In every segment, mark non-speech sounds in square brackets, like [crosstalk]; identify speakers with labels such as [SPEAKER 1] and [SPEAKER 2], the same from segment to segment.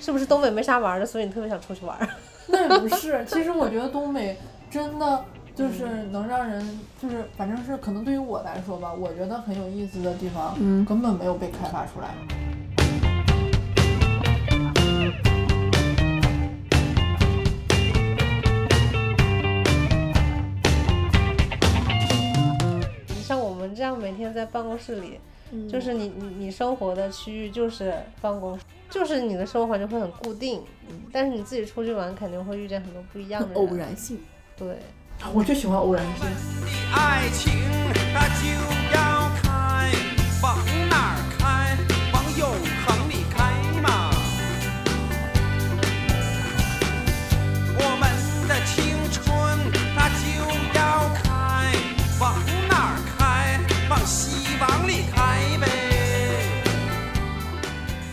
[SPEAKER 1] 是不是东北没啥玩的，所以你特别想出去玩儿？ [laughs]
[SPEAKER 2] [laughs] 那也不是，其实我觉得东北真的就是
[SPEAKER 3] 嗯
[SPEAKER 2] 能让人，就是反正是可能对于我来说吧，我觉得很有意思的地方，
[SPEAKER 4] 嗯
[SPEAKER 2] 根本没有被开发出来。
[SPEAKER 1] 你像我们这样每天在办公室里，
[SPEAKER 4] 嗯
[SPEAKER 1] 就是你你你生活的区域就是办公室，就是你的生活就会很固定。但是你自己出去玩，肯定会遇见很多不一样的人。
[SPEAKER 4] 嗯很嗯偶。然性。
[SPEAKER 1] 对，
[SPEAKER 2] 啊我就喜欢偶然性。
[SPEAKER 5] 爱情它就要开，往哪儿开？往永恒里开嘛。我们的青春它就要开，往哪儿开？往希望里开呗。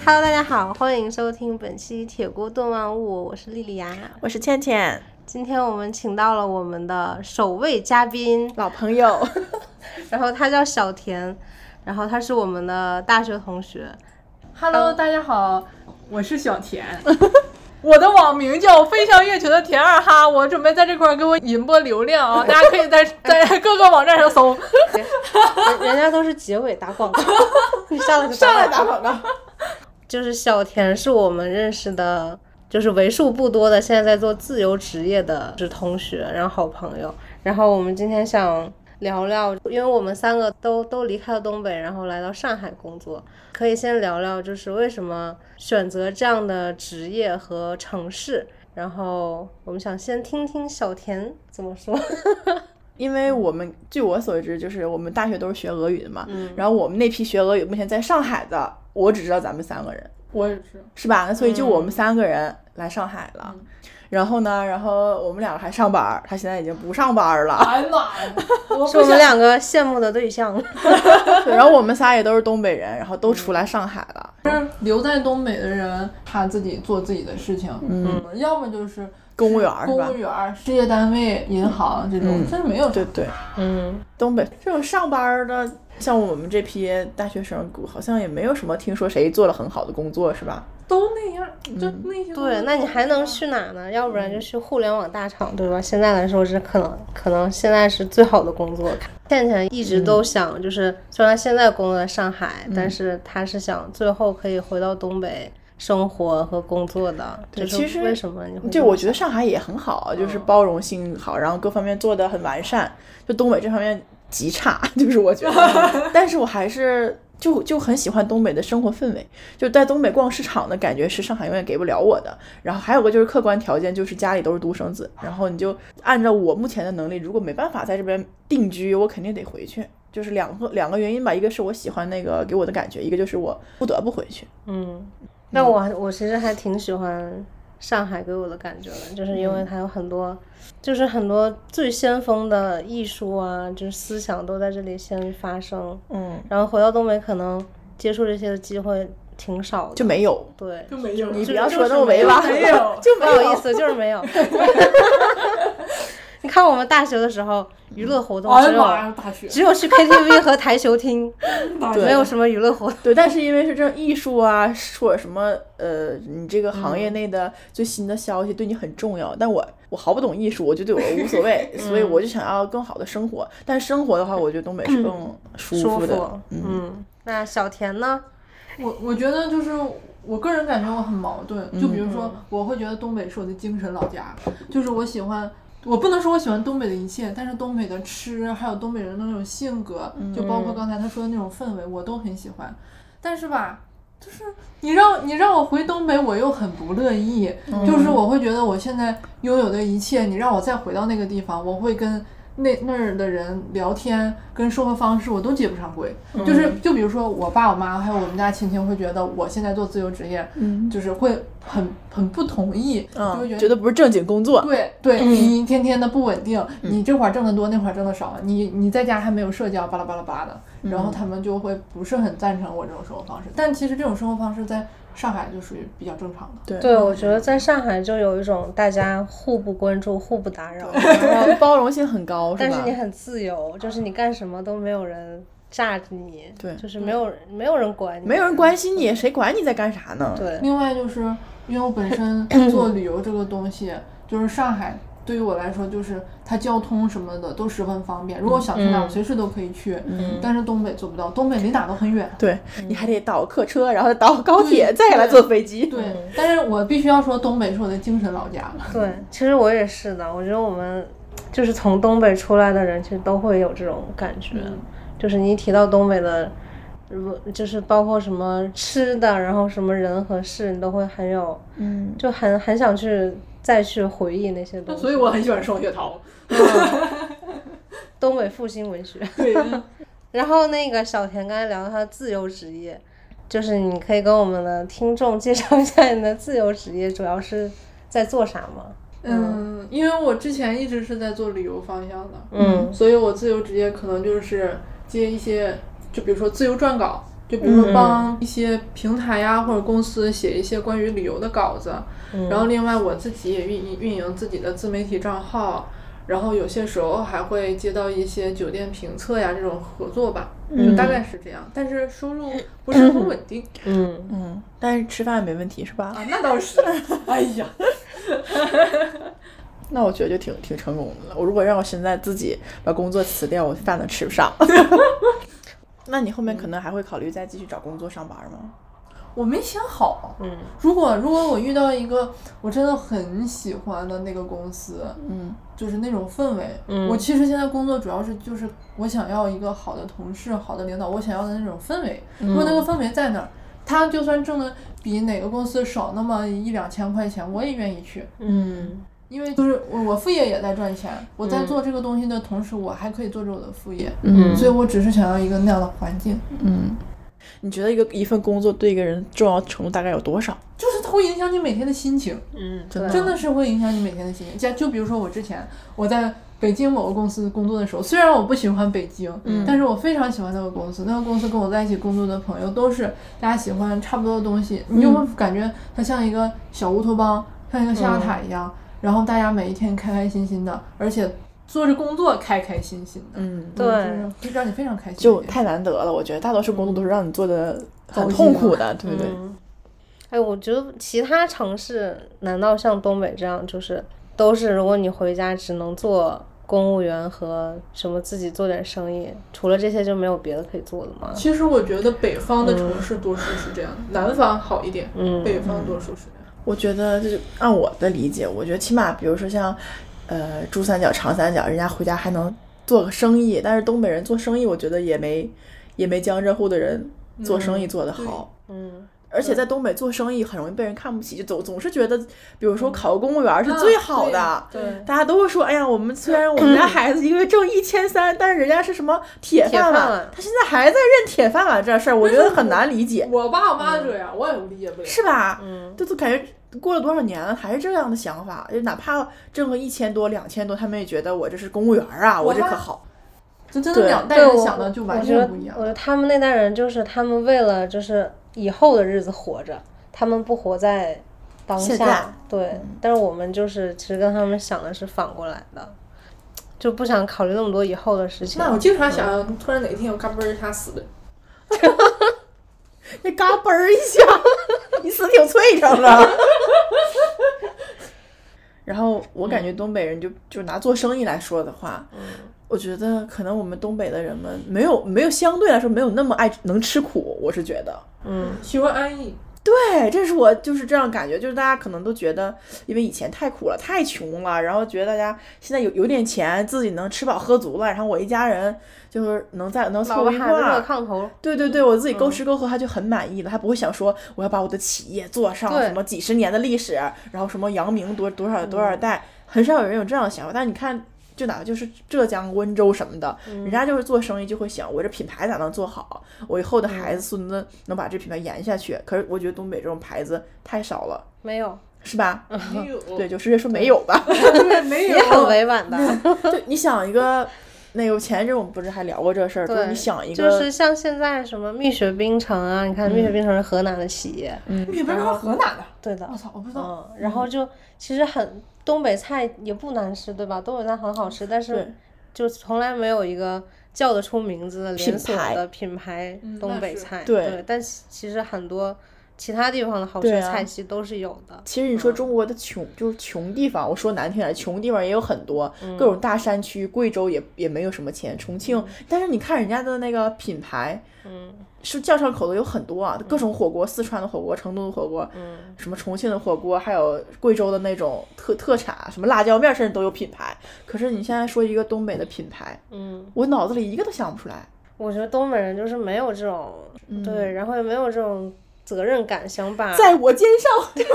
[SPEAKER 1] Hello，大家好，欢迎收听本期《铁锅炖万物》，我是莉莉娅。
[SPEAKER 4] 我是倩倩，
[SPEAKER 1] 今天我们请到了我们的首位嘉宾，
[SPEAKER 4] 老朋友，
[SPEAKER 1] [laughs] 然后他叫小田，然后他是我们的大学同学。
[SPEAKER 3] Hello，大
[SPEAKER 4] 嗯
[SPEAKER 3] 家好，我是小田， [laughs] 我的网名叫飞翔月球的田二哈，我准备在这块儿给我引波流量啊，大家可以
[SPEAKER 2] [laughs]
[SPEAKER 3] 在在各个网站上搜。
[SPEAKER 1] 人人家都是结尾打广告，你上来就
[SPEAKER 4] 上来
[SPEAKER 1] 打
[SPEAKER 4] 打
[SPEAKER 1] 广告。
[SPEAKER 4] 广告。
[SPEAKER 1] 就是小田是我们认识的，就是为数不多的现在在做自由职业的是同学，然后好朋友。然后我们今天想聊聊，因为我们三个都都离开了东北，然后来到上海工作，可以先聊聊就是为什么选择这样的职业和城市。然后我们想先听听小田怎么说。
[SPEAKER 4] 因为我们据我所知，就是我们大学都是学俄语的嘛，然后我们那批学俄语目前在上海的，我只知道咱们三个人，
[SPEAKER 3] [laughs] 我也是，
[SPEAKER 4] 是吧？那所以就我们三个人来上海了。然后呢，然后我们两个还上班儿，他现在已经不上班
[SPEAKER 2] [laughs]
[SPEAKER 4] 儿了。
[SPEAKER 3] 哎呀妈呀，我
[SPEAKER 1] 是我
[SPEAKER 3] 不
[SPEAKER 1] 们
[SPEAKER 3] 想，
[SPEAKER 1] 两个羡慕的对象。
[SPEAKER 4] 对然后我们仨也都是东北人，然后都出来上海了。
[SPEAKER 2] 就是留在东北的人，他自己做自己的事情，
[SPEAKER 4] 嗯，
[SPEAKER 2] 要么就是
[SPEAKER 4] 公务员儿是
[SPEAKER 2] 公
[SPEAKER 4] 吧
[SPEAKER 2] 务？员、事业单位、银行这种
[SPEAKER 4] 嗯，
[SPEAKER 2] 真是没有
[SPEAKER 4] 对对，
[SPEAKER 1] 嗯，
[SPEAKER 4] 东北这种上班儿的，像我们这批大学生，好像也没有什么听说谁做了很好的工作，是吧？
[SPEAKER 3] 都那样，就
[SPEAKER 4] 嗯
[SPEAKER 3] 那些。
[SPEAKER 1] 对，那你还能？去哪呢？要不然就去互联网大厂，对吧？现在来说是可能，可能现在是最好的工作。倩倩一直
[SPEAKER 4] 嗯
[SPEAKER 1] 都想，就是、虽然现在工作在上海，但是她是想最后可以回到东北生活和工作的。
[SPEAKER 4] 对
[SPEAKER 1] 就是
[SPEAKER 4] 其实
[SPEAKER 1] 为什么你会
[SPEAKER 4] 对，
[SPEAKER 1] 这么嗯
[SPEAKER 4] 我觉得上海也很好，啊就是包容性好，然后各方面做的很完善。就东北这方面极差， [laughs] 就是我
[SPEAKER 1] [laughs]
[SPEAKER 4] 觉得，但是我还是就就很喜欢东北的生活氛围，就在东北逛市场的感觉是上海永远给不了我的。然后还有个就是客观条件，就是家里都是独生子，然后你就按照我目前的能力，如果没办法在这边定居，我肯定得回去。就是两个两个原因吧，一个是我喜欢那个给我的感觉，一个就是我不得不回去。
[SPEAKER 1] 嗯，那我我其实还挺喜欢上海给我的感觉的，就是因为
[SPEAKER 4] 嗯
[SPEAKER 1] 它有很多，就是很多最先锋的艺术啊，就是思想都在这里先发生。
[SPEAKER 4] 嗯，
[SPEAKER 1] 然后回到东北，可能接触这些的机会挺少的，
[SPEAKER 4] 就没有，
[SPEAKER 1] 对，
[SPEAKER 3] 就没有，
[SPEAKER 4] 你不
[SPEAKER 1] 就
[SPEAKER 2] 哎
[SPEAKER 4] 要
[SPEAKER 1] 就
[SPEAKER 4] 说
[SPEAKER 1] 是
[SPEAKER 4] 那么
[SPEAKER 1] 没
[SPEAKER 4] 委
[SPEAKER 1] 有
[SPEAKER 4] 婉，
[SPEAKER 3] 没
[SPEAKER 1] [laughs]
[SPEAKER 3] 有
[SPEAKER 4] 就
[SPEAKER 1] 不
[SPEAKER 4] 没
[SPEAKER 1] 好
[SPEAKER 4] 有
[SPEAKER 1] 意思，就是没有。 [laughs] 你看我们大学的时候，娱乐活动
[SPEAKER 3] 哎
[SPEAKER 1] 只
[SPEAKER 3] 呀
[SPEAKER 1] 有、
[SPEAKER 3] 妈呀，大学
[SPEAKER 1] 只有去 KTV 和台球厅，
[SPEAKER 3] 大
[SPEAKER 1] 没
[SPEAKER 3] 学
[SPEAKER 1] 有什么娱乐活动。
[SPEAKER 4] 对，但是因为是这艺术啊，或者什么呃，你这个
[SPEAKER 1] 嗯
[SPEAKER 4] 行业内的最新的消息对你很重要。但我我毫不懂艺术，我就对我无
[SPEAKER 1] [laughs]
[SPEAKER 4] 所谓，所以
[SPEAKER 1] 嗯
[SPEAKER 4] 我就想要更好的生活。但生活的话，我觉得东北是更舒
[SPEAKER 1] 舒
[SPEAKER 4] 的。
[SPEAKER 1] 服，嗯，那小田呢？
[SPEAKER 2] 我我觉得就是我个人感觉我很矛盾，就比如说我会觉得东北是我的精神老家，就是我喜欢。我不能说我喜欢东北的一切，但是东北的吃，还有东北人的那种性格，就包括刚才他说的那种氛围，我都很喜欢。但是吧，就是你让你让我回东北，我又很不乐意。就是我会觉得我现在拥有的一切，你让我再回到那个地方，我会跟那那儿的人聊天，跟生活方式我都接不上轨。就是就比如说我爸、我妈还有我们家亲戚会觉得我现在做自由职业，
[SPEAKER 4] 嗯
[SPEAKER 2] 就是会很很不同意，就会
[SPEAKER 4] 嗯，
[SPEAKER 2] 觉
[SPEAKER 4] 觉
[SPEAKER 2] 得。
[SPEAKER 4] 得不是正经工作。
[SPEAKER 2] 对对，你一天天的不稳定，你这会儿挣得多，那会儿挣得少，你你在家还没有社交，巴拉巴拉巴拉的，然后他们就会不是很赞成我这种生活方式。但其实这种生活方式在上海就属于比较正常的。
[SPEAKER 4] 对
[SPEAKER 1] 对，我觉得在上海就有一种大家互不关注、互不打扰，然 [laughs] 后
[SPEAKER 4] 包容性很高，
[SPEAKER 1] 但
[SPEAKER 4] 吧
[SPEAKER 1] 是你？很自由，就是你干什么都没有人炸着你，
[SPEAKER 4] 对
[SPEAKER 1] 就是没有人没有人管你，
[SPEAKER 4] 没有人关心你，谁管你在干啥呢？
[SPEAKER 1] 对，
[SPEAKER 2] 另外就是因为我本身做旅游这个东西，就是上海对于我来说，就是它交通什么的都十分方便。如果想去哪，
[SPEAKER 1] 嗯
[SPEAKER 2] 我随时都可以去。但是东北做不到，东北离哪都很远。
[SPEAKER 4] 对，
[SPEAKER 1] 嗯
[SPEAKER 4] 你还得倒客车，然后再倒高铁，
[SPEAKER 2] 对
[SPEAKER 4] 再给他
[SPEAKER 2] 对
[SPEAKER 4] 坐飞机。
[SPEAKER 2] 对，但是我必须要说，东北是我的精神老家。
[SPEAKER 1] 对，其实我也是的，我觉得我们就是从东北出来的人，其实都会有这种感觉，就是你一提到东北的。如就是包括什么吃的，然后什么人和事，你都会很有，
[SPEAKER 4] 嗯，
[SPEAKER 1] 就很很想去再去回忆那些东西。
[SPEAKER 3] 所以我很喜欢双雪涛。
[SPEAKER 1] 东北复兴文学。 [laughs]
[SPEAKER 2] 对，
[SPEAKER 1] 然后那个小田刚才聊到他的自由职业，就是你可以跟我们的听众介绍一下你的自由职业主要是在做啥吗？
[SPEAKER 2] 嗯，
[SPEAKER 3] 因为我之前一直是在做旅游方向的，
[SPEAKER 1] 嗯
[SPEAKER 3] 所以我自由职业可能就是接一些，就比如说自由撰稿，就比如说帮一些平台呀、或者公司写一些关于旅游的稿子，
[SPEAKER 1] 嗯
[SPEAKER 3] 然后另外我自己也运营运营自己的自媒体账号，然后有些时候还会接到一些酒店评测呀这种合作吧，就大概是这样，但是收入不是很稳定。啊
[SPEAKER 1] 嗯，
[SPEAKER 4] 嗯，但是吃饭没问题是吧？
[SPEAKER 3] 那倒是， [laughs] 哎呀，
[SPEAKER 4] 那我觉得就挺挺成功的了。我如果让我现在自己把工作辞掉，我饭都吃不上。 [laughs] 那你后面可能还会考虑再继续找工作上班吗？
[SPEAKER 2] 我没想好。
[SPEAKER 1] 嗯，
[SPEAKER 2] 如果如果我遇到一个我真的很喜欢的那个公司，
[SPEAKER 4] 嗯，
[SPEAKER 2] 就是那种氛围。
[SPEAKER 1] 嗯
[SPEAKER 2] 我其实现在工作主要是就是我想要一个好的同事、好的领导，我想要的那种氛围。
[SPEAKER 1] 嗯
[SPEAKER 2] 如果那个氛围在那儿，他就算挣的比哪个公司少那么一两千块钱，我也愿意去。
[SPEAKER 1] 嗯
[SPEAKER 2] 因为就是我我副业也在赚钱，我在
[SPEAKER 1] 嗯
[SPEAKER 2] 做这个东西的同时，我还可以做着我的副业，
[SPEAKER 1] 嗯
[SPEAKER 2] 所以我只是想要一个那样的环境，
[SPEAKER 4] 嗯，你觉得一个一份工作对一个人重要程度大概有多少？
[SPEAKER 2] 就是它会影响你每天的心情。
[SPEAKER 1] 嗯，
[SPEAKER 4] 真的
[SPEAKER 1] 对
[SPEAKER 2] 真的是会影响你每天的心情。就就比如说我之前我在北京某个公司工作的时候，虽然我不喜欢北京，但是我非常喜欢那个公司。那个公司跟我在一起工作的朋友都是大家喜欢差不多的东西，你就会感觉它像一个小乌托邦，像一个象牙塔一样。然后大家每一天开开心心的，而且做着工作开开心心的，
[SPEAKER 4] 嗯，
[SPEAKER 1] 对
[SPEAKER 2] 就是会让你非常开心。
[SPEAKER 4] 就太难得了。我觉得大多数工作都是让你做的很痛苦的，对不对？
[SPEAKER 1] 嗯哎，我觉得其他城市难道像东北这样，就是都是如果你回家只能做公务员和什么自己做点生意，除了这些就没有别的可以做的吗？
[SPEAKER 3] 其实我觉得北方的城市多数是这样，南方好一点，
[SPEAKER 1] 嗯
[SPEAKER 3] 北方多数是这样。
[SPEAKER 4] 我觉得就是按我的理解，我觉得起码比如说像，呃，珠三角、长三角，人家回家还能做个生意，但是东北人做生意，我觉得也没也没江浙沪的人做生意做得好。
[SPEAKER 1] 嗯
[SPEAKER 4] 而且在东北做生意很容易被人看不起，就总总是觉得，比如说考个公务员是最好的，
[SPEAKER 1] 嗯
[SPEAKER 2] 啊
[SPEAKER 3] 对
[SPEAKER 4] 大家都会说，哎呀，我们虽然我们家孩子一个月挣一千三，但是人家是什么铁饭
[SPEAKER 1] 铁
[SPEAKER 4] 碗，
[SPEAKER 1] 饭碗
[SPEAKER 4] 他现在还在认铁饭碗这事儿，我觉得很难理解，
[SPEAKER 3] 我爸我妈这样，我也理解不了。
[SPEAKER 4] 是吧？
[SPEAKER 1] 嗯
[SPEAKER 4] 就都感觉过了多少年了，还是这样的想法，就哪怕挣个一千多、两千多，他们也觉得我这是公务员啊，我这可好。
[SPEAKER 2] 就真的
[SPEAKER 4] 对
[SPEAKER 2] 两代
[SPEAKER 1] 对
[SPEAKER 2] 人
[SPEAKER 1] 我
[SPEAKER 2] 想的就
[SPEAKER 1] 我
[SPEAKER 2] 完
[SPEAKER 1] 觉得
[SPEAKER 2] 全不一样
[SPEAKER 1] 我。觉得他们那代人就是他们为了就是以后的日子活着，他们不活在当
[SPEAKER 4] 现在
[SPEAKER 1] 下。对，
[SPEAKER 2] 嗯
[SPEAKER 1] 但是我们就是其实跟他们想的是反过来的，就不想考虑那么多以后的事情。
[SPEAKER 3] 那我经常想，突然哪一天我嘎嘣儿一下死了，
[SPEAKER 4] 那嘎嘣儿一下， [laughs] 你死挺脆诚的。 [laughs] 然后我感觉东北人就就拿做生意来说的话，我觉得可能我们东北的人们没有没有相对来说没有那么爱能吃苦，我是觉得。
[SPEAKER 1] 嗯
[SPEAKER 3] 喜欢安
[SPEAKER 2] [laughs]
[SPEAKER 3] 逸。
[SPEAKER 4] 对，这是我就是这样感觉，就是大家可能都觉得，因为以前太苦了，太穷了，然后觉得大家现在有有点钱，自己能吃饱喝足了，然后我一家人就是能在能
[SPEAKER 1] 老
[SPEAKER 4] 凑
[SPEAKER 1] 婆
[SPEAKER 4] 一块
[SPEAKER 1] 孩子热
[SPEAKER 4] 儿，
[SPEAKER 1] 炕头，
[SPEAKER 4] 对对对，我
[SPEAKER 1] 嗯
[SPEAKER 4] 自己够吃够喝，他就很满意了，他不会想说我要把我的企业做上
[SPEAKER 1] 对
[SPEAKER 4] 什么几十年的历史，然后什么扬名多多少多
[SPEAKER 1] 嗯
[SPEAKER 4] 少代，很少有人有这样的想法。但是你看，就哪怕就是浙江温州什么的，人
[SPEAKER 1] 嗯
[SPEAKER 4] 家就是做生意就会想，我这品牌咋能做好？我以后的
[SPEAKER 1] 嗯
[SPEAKER 4] 孩子孙子能把这品牌延下去？可是我觉得东北这种牌子太少了，
[SPEAKER 1] 没有，
[SPEAKER 4] 是吧？
[SPEAKER 1] 嗯
[SPEAKER 3] 没有，
[SPEAKER 4] 对，就直接说没有吧。
[SPEAKER 3] 没有
[SPEAKER 1] 也，很委婉的。 [laughs]
[SPEAKER 4] 就你想一个，那个前一阵我们不是还聊过这事儿，就是
[SPEAKER 1] 对，
[SPEAKER 4] 你想一个，嗯
[SPEAKER 1] 就是像现在什么蜜雪冰城啊，你看蜜雪冰城是河南的企业，
[SPEAKER 2] 你别说河南的，
[SPEAKER 1] 对的
[SPEAKER 2] 我，操，我不知道。
[SPEAKER 1] 嗯，然后就其实很东北菜也不难吃，对吧？东北菜很好吃，但
[SPEAKER 4] 对
[SPEAKER 1] 是就从来没有一个叫得出名字的
[SPEAKER 4] 品
[SPEAKER 1] 连锁
[SPEAKER 4] 牌
[SPEAKER 1] 的品牌
[SPEAKER 3] 嗯那
[SPEAKER 1] 东北
[SPEAKER 3] 是
[SPEAKER 1] 菜。
[SPEAKER 4] 对
[SPEAKER 1] 但其其实很多其他地方的好
[SPEAKER 4] 对
[SPEAKER 1] 吃
[SPEAKER 4] 啊
[SPEAKER 1] 菜系都是有的。
[SPEAKER 4] 其实你说中国的穷，就是穷地方，我说难听点，穷地方也有很多，
[SPEAKER 1] 嗯
[SPEAKER 4] 各种大山区，贵州也也没有什么钱，重庆，但是你看人家的那个品牌，
[SPEAKER 1] 嗯
[SPEAKER 4] 是叫上口的有很多啊，各种火锅，四川的火锅，成都的火锅，
[SPEAKER 1] 嗯
[SPEAKER 4] 什么重庆的火锅，还有贵州的那种特特产，啊什么辣椒面，甚至都有品牌。可是你现在说一个东北的品牌，
[SPEAKER 1] 嗯，
[SPEAKER 4] 我脑子里一个都想不出来。
[SPEAKER 1] 我觉得东北人就是没有这种、对，然后也没有这种责任感，想把
[SPEAKER 4] 嗯在我肩上，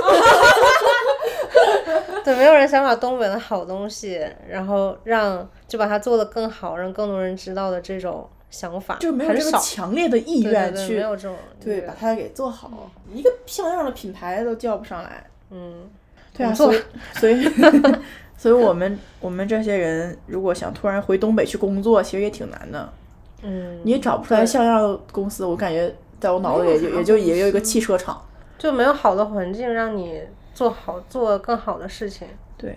[SPEAKER 1] [laughs] 对没有人想把东北的好东西，然后让就把它做得更好，让更多人知道的这种想法，
[SPEAKER 4] 就是没有
[SPEAKER 1] 很
[SPEAKER 4] 这个
[SPEAKER 1] 少
[SPEAKER 4] 强烈的意
[SPEAKER 1] 对对
[SPEAKER 4] 愿
[SPEAKER 1] 对，
[SPEAKER 4] 去
[SPEAKER 1] 没有这种
[SPEAKER 4] 对嗯
[SPEAKER 1] 意
[SPEAKER 4] 把
[SPEAKER 1] 愿
[SPEAKER 4] 它给做好，一个像样的品牌都叫不上来。
[SPEAKER 1] 嗯
[SPEAKER 4] 对啊，
[SPEAKER 1] 我做
[SPEAKER 4] 所以 [laughs] 所以 [laughs] 所以我们我们这些人如果想突然回东北去工作，其实也挺难的。
[SPEAKER 1] 嗯，
[SPEAKER 4] 你也找不出来像样的公司，我感觉在我脑子里也就也就也有一个汽车厂。
[SPEAKER 1] 就没有好的环境让你做好做更好的事情。
[SPEAKER 4] 对，